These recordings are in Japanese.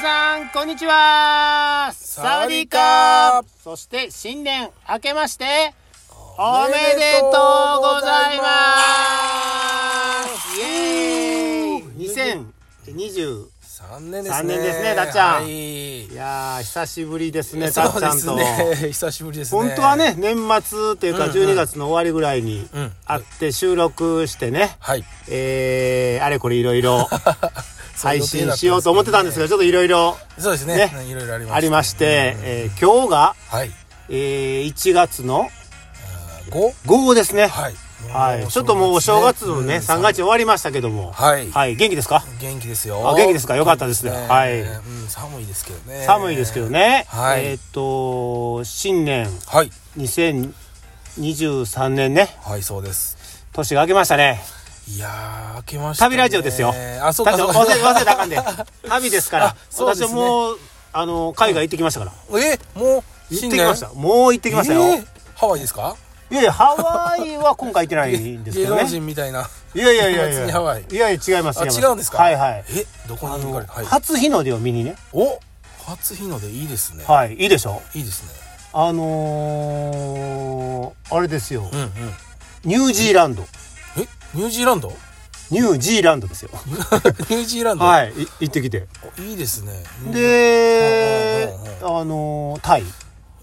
さん、こんにちはサワディーカーそして、新年明けまして、おめでとうございますイエーイ !2020。 3年ですね三年ですねたっちゃんはいいやー、久しぶりですね、たそっうちゃでんすと。ね 久しぶりですね本当はね、年末というか、12月の終わりぐらいにん会って収録してね、はいえー、あれこれいろいろ そういう 配予定信だったんですけどねしようと思ってたんですが、ちょっといろいろそうですねねいろいろありましたありまして、えー今日が、はいえー1月の5午後ですね。ははいい。もうちょっともうお正月のね、うん三が日終わりましたけども。はい元気ですか元気ですよあ元気ですかよかったですねはいうん寒いですけどね寒いですけどね。はいえーっと、新年はい2023年ね、はいそうです年が明けましたね。いやー明けましたね旅ラジオですよ。あそうか旅そう忘かれ忘れたらあかんで。旅ですから あ。そうです私ねはもう、あの、海外行ってきましたから。 えもう行新ってき年ました。もう行ってきましたよ。えーハワイですかいやいや、ハワイは今回行ってないんですけ芸ど能ね。人みたいないやいやいやい別や。にハワイいやいや、違います。あいます違うんですかはいはい。えどこあに行のかれはい初日の出を見にね。お初日の出いいですねはい、いいでしょいいですねあのー、あれですよう。んうんニュージーランド。えニュージーランドニュージーランドですよ。ニュージーランドはい、い行ってきて。いいですねでうんうん、あのー、タイ。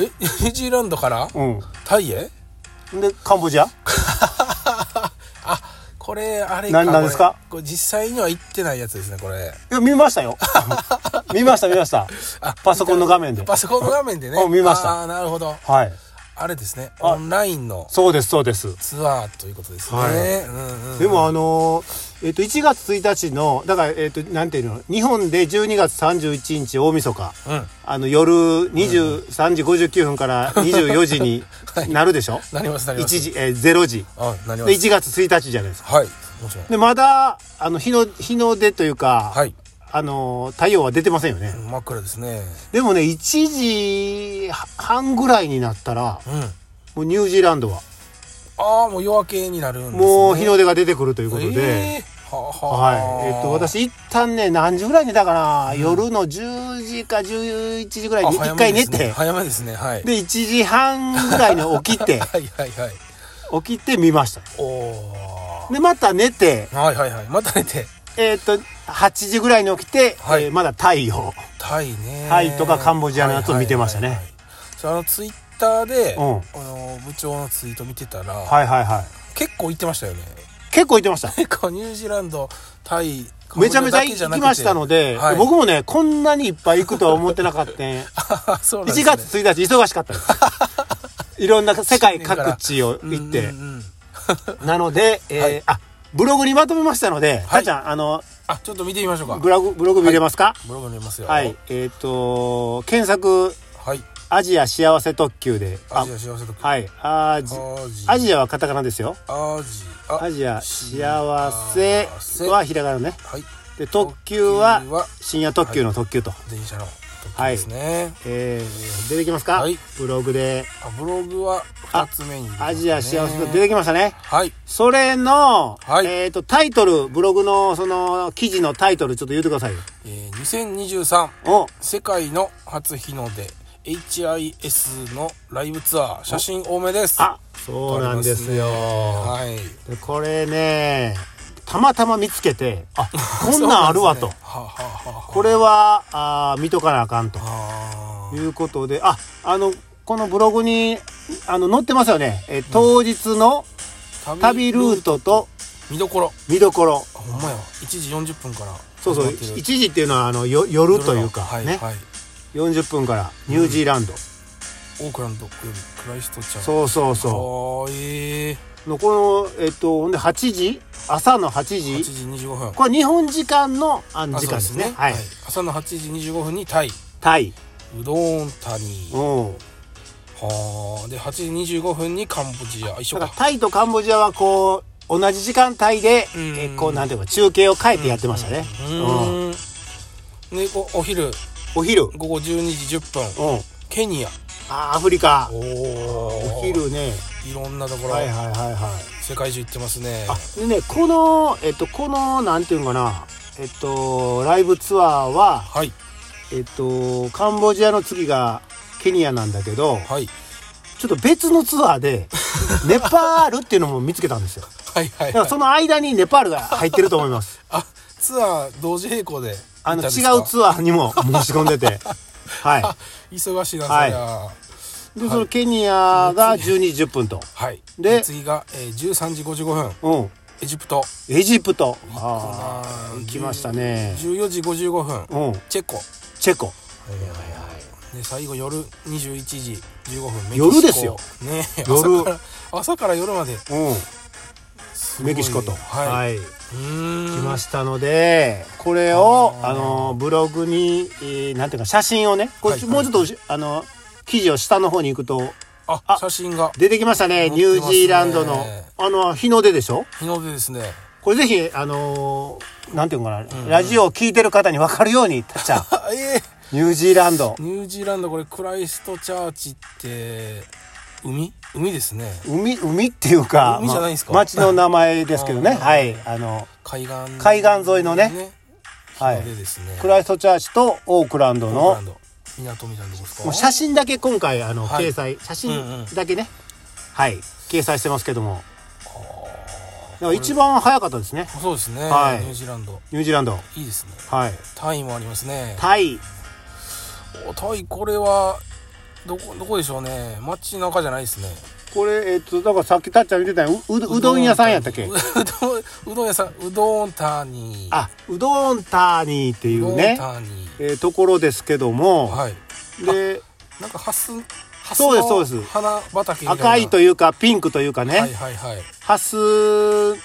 えニュージーランドからうタイへん。で、カンボジアあこれあれななんですかこれこれ実際には行ってないやつですねこれいや、見ま したよ。見ました、見ました。あパソコンの画面で。パソコンの画面でねうん見ましたあーなるほどはい。あれですねオンラインのそうです、そうです。ツアーということですね、はいうんうんでもあのーえっと1月1日のだからえっとなんていうの日本で12月31日大晦日うんあの夜23時59分から24時 にはいなるでしょ、なりますなり1ます時、えー、0時あなりでます1月1日じゃないですかはいもちろんでまだあの日の日の出というか、はいあのー太陽は出てませんよね、真っ暗ですねでもね1時半ぐらいになったらうんもうニュージーランドはああもう夜明けになるんです、ね、もう日の出が出てくるということで、えーはあははあい。えっと、私、一旦ね、何時ぐらい寝たかな、夜の10時か11時ぐらいあに一回寝て、早めですね早めですねで、1時半ぐらいに起きて、 はいはいはいはい起きて見ました。おで、また寝て、おはいはいはいまた寝てえっと、8時ぐらいに起きて、はいえーまだ太陽。タイねタイとかカンボジアのやつを見てましたねはいはいはいはいそうあのツイッターで、うんあの部長のツイート見てたら、はいはいはい。結構行ってましたよね結構行ってました。結構ニュージーランドタイカンボめジちゃアめちゃだけじ行なくきてましたので、はい僕もね、こんなにいっぱい行くとは思ってなかった、ね。 あ そうなんで1すね月1日忙しかったです。 いろんな世界各地を行って。うんうんうんなので、えーはいあブログにまとめましたので、はたいっちゃんあのあちょっと見てみましょうかブログブログ見れますかブログに見ますよはい、えっ、と検索はい「アジア幸せ特急で」アあジア幸せとはいアジアジアはカタカナですよアジアアジア幸せはひらがなねはいで特急は特急は深夜特急の特急と、電車の時ですね、えー出てきますか、はいブログであブログは二つ目に、 「アジア幸せ」と出でてきましたねはいそれの、はいえっ、とタイトルブログのその記事のタイトルちょっと言ってくださいよえー、2023お世界の初日の出 HIS のライブツアー写真多めですあそうなんですよありますねはいでこれねたまたま見つけて あこんなんあるわと、そうなんですねはあ、はあはあはこれはあー見とかなあかんとああいうことでああのこのブログにあの載ってますよねえ当日のー旅ルートと見どころ見どころあほんまや1時40分からそうそう始まっ1てる時っていうのはあのよ夜というか、はいね、はい40分からニュージーランド、オークランドよりクライストチャーそうそうそあーええうのこのえっとほんで8時朝の8 8時時25分これ日本時間のあのあ時そう間ですねはい、朝の8時25分にタイタイうどん谷うんはあで8時25分にカンボジア一緒だかからタイとカンボジアはこう同じ時間帯でうん結構なんていうか中継を変えてやってましたね、ううんーんでおお昼お昼、うん、午後12時10分ケニアあアフリカおおお昼ねいろんなところ、はいはいはいはい世界中行ってますねあでねこのえっとこのなんていうんかなえっとライブツアーははいえっと、カンボジアの次がケニアなんだけど、はいちょっと別のツアー で、ネパールっていうのも見つけたんですよ。はいはだいかはらいその間にネパールが入ってると思います。あツアー同時並行で あの、行違ったんですかうツアーにも申し込んで て。はい。あ忙しいなそりはゃいはで、そのケニアが12時10分と。いでで次が、えー、13時55分うん。エジプトエジプト。ああ、行きましたね。 14時55分うん。チェコチェコ。で最後夜21時15分メキシコ夜ですよねえ夜朝から朝から夜までうすん。ごメいキシコと。はい、はい。うーん来ましたので、これを、あーあの、ブログに、えーなんていうか、写真をね、これ、はいもうちょっとうし、あの、記事を下の方に行くと、ああ写真が出てきましたね、載ニってますュねージーランドの、あの、日の出でしょ日の出ですね これぜひ、あのーなんていうのかな、ラジオを聞いてる方に分かるように、たっちゃん、あええニュージーランド、ニュージーランドこれクライストチャーチって海海ですね海、海っていうか、海じゃないんですかま町の名前ですけどね、あーはい、あの、海岸海岸沿いのね日はいの出ですね、クライストチャーチとオークランドオークのラン、ド港みたいなとこですかもう写真だけ今回、あの、はい掲載、写うんう真んだけね、はい、掲載してますけども、だから一番早かったですね、そうですね、はいニュージーランドニュージーランド、いいですねはい、タイもありますねタイ、おタイこれはどこどこでしょうね街中じゃないですねこれ、えっと、だからさっきたっちゃん見てたようううどん屋さんやったっけうどんうどん屋さんうどんターニーあ、うどんターニーっていううどんねタ、ーニえーところですけども、ーはいで、なんかハスハスそうですそうのです花畑みたいな赤いというかピンクというかね、はいはいはいハス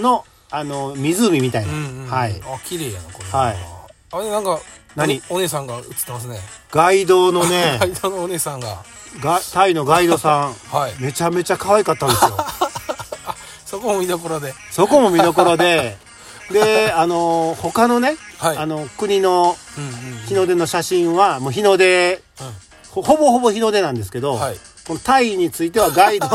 の、あの、湖みたいな、うんうんはい。あ綺麗やなこれはいあれなんか何おお姉さんが映ってますねガイドのね、間のお姉さんががタイのガイドさはいん、めちゃめちゃ可愛かったんですよ。そこも見どころでそこも見どころ で、で、あの、他のね、はいあの、国のうんうん日の出の写真は、もう日の出、ほほぼほぼ日の出なんですけど、はいこのタイについてはガ イド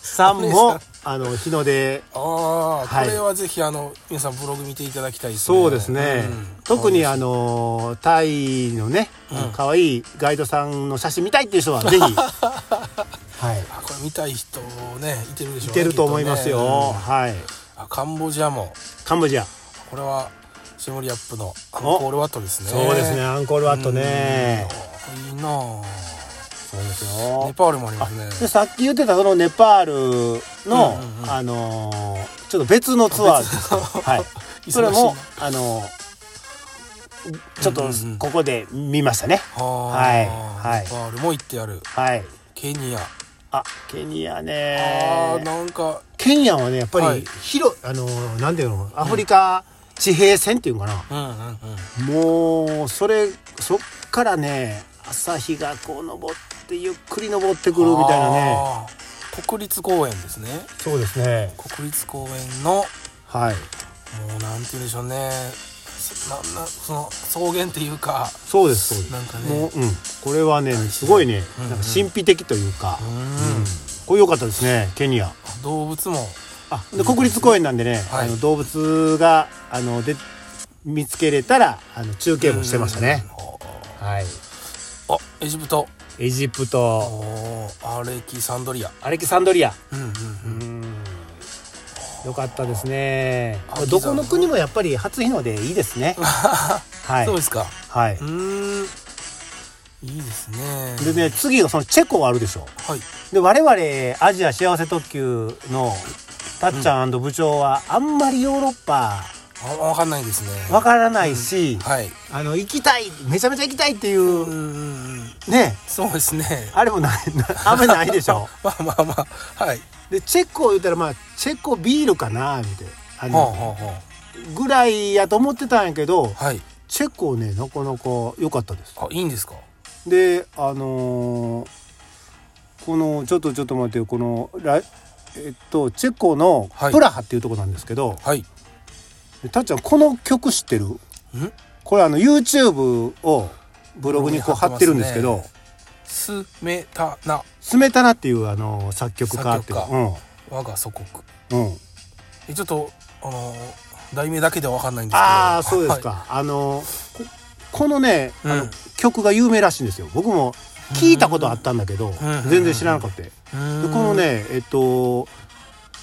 さんお姉も、あの、日の出ああ、はいこれはぜひあの皆さんブログ見ていただきたいですねそうですね、うん特にあのタイのねうん可愛、いいガイドさんの写真見たいっていう人は ぜひはいあこれ見たい人ねいてるでしょうねいてると思いますよ、きっとねはいうんあカンボジアもカンボジア、これはシモリアップのアンコールワットですねそうですねアンコールワットねうんいいなあそうですネよパールもありますでねさっき言ってたそのネパールの、うんうんうんあのーちょっと別のツアーです はい忙しいなそれもあのーちょっとうんうんうんここで見ましたね、はいはいはいネパールも行ってやるはいケニア、あケニアあねーなんかケニアはねやっぱはりい広、あのなんていうのアフリカ地平線っていうのかな、うんうんうんもうそれそっからね朝日がこう昇ってゆっくり昇ってくるみたいなねあー国立公園ですねそうですね国立公園のはいもうなんて言うんでしょうねそななその草原っていうかそうですそうですなんかねもう、うん、これはねすごいね、うんうんなんか神秘的というか、うんこれ良かったですねケニア動物もあで国立公園なんでね、はいあの動物があので見つけれたらあの中継もしてましたね、はいあエジプトエジプトおーアレキサンドリアアレキサンドリアうんうんうんよかったですねあどこの国もやっぱり初日の出いいです ねはいそうですかはいうーんいいですねでね次がそのチェコがあるでしょはいで我々アジア幸せ特急のたっちゃん部長はあんまりヨーロッパあわかんないですねわからないし、はいあの行きたいめちゃめちゃ行きたいっていううんうんうんねそうですねあれもない あんまりないでしょまあまあまあはいでチェコ言ったらまあチェコビールかなみたいなあほうのほうほうぐらいやと思ってたんやけどはいチェコねなかなか良かったですあいいんですかであのーこのちょっとちょっと待ってよこのラえっとチェコのはいプラハっていうところなんですけど、はいんたっちゃんこの曲知ってるこれあの YouTube をブログにこう貼ってるんですけどスメタナスメタナっていうあの作曲家っていう作曲我が祖国うんうん、えちょっとあの題名だけではわかんないんですけどああそうですか、あのここのね、あうのん曲が有名らしいんですよ僕も聞いたことあったんだけどん全然知らなかったでここのねえっと、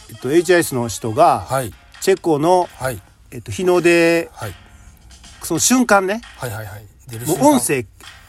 えっと、HIS の人がはいチェコの、はいえっと、日の出はいその瞬間ねはいはいはい出るも瞬う間音声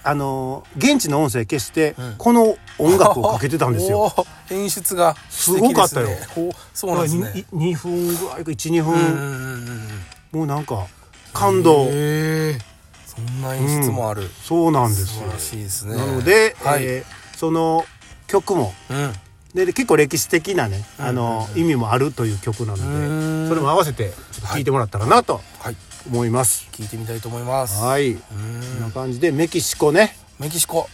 あの現地の音声消して、うんこの音楽をかけてたんですよ。 おー演出がすごかったよ素敵ですねおそうなんですね2分ぐらいか12うんうん分、うんうんもうなんか感動、へーそんな演出もある、そうなんで素すよ晴らしいですねなので、はい、えーその曲もうんでで結構歴史的なね、あの意味もあるという曲なうので、ーんそれも合わせてちょっと聞いてもらったらなとはい思います。聞いてみたいと思いますいはい、こんな感じでメキシコね。メキシコ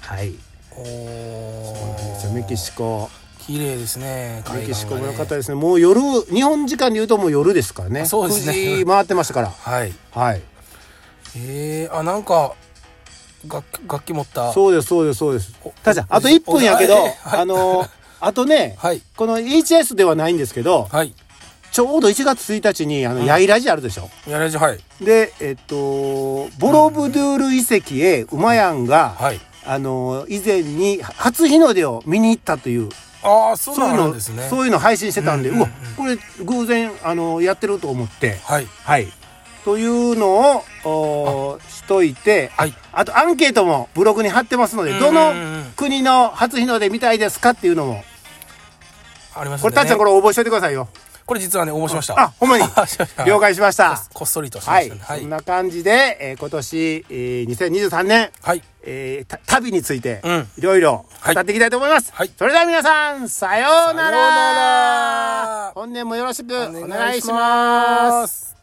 はい、おーじゃあメキシコ、綺麗ですね海岸がメねキシコも良かったですね。もう夜日本時間で言うともう夜ですからね。あそうですね9時回ってましたから。はいはい。えー、あなんか楽器楽器持ったそうですそうですそうですお。ただあと1分やけど、おはいあのあとね、はいこの HS ではないんですけど、はいちょうど1月1日にあの、ヤイラジあるでしょ。やれじゃはいで、えっと、ボロブドゥール遺跡へウマヤンが、はいあの以前に初日の出を見に行ったというああそうそういなうんのですねそういうの配信してたんで、ううんうんうんわこれ偶然あのやってると思ってはいはいというのをおーしといてはいあとアンケートもブログに貼ってますのでどうのんうんうん国の初日の出見たいですかっていうのもありますこれたっちゃんこれれ応募しといてくださいよこれ実はね応募しましたあほん まにしました了解しましたこっそりとしまはしいたねはそんいな感じで、えー今年、えー2023年はいえーた旅についてうんいろいろはい語っていきたいと思います、はいそれでは皆さんさようならさようなら本年もよろしくおお願願いいししまますす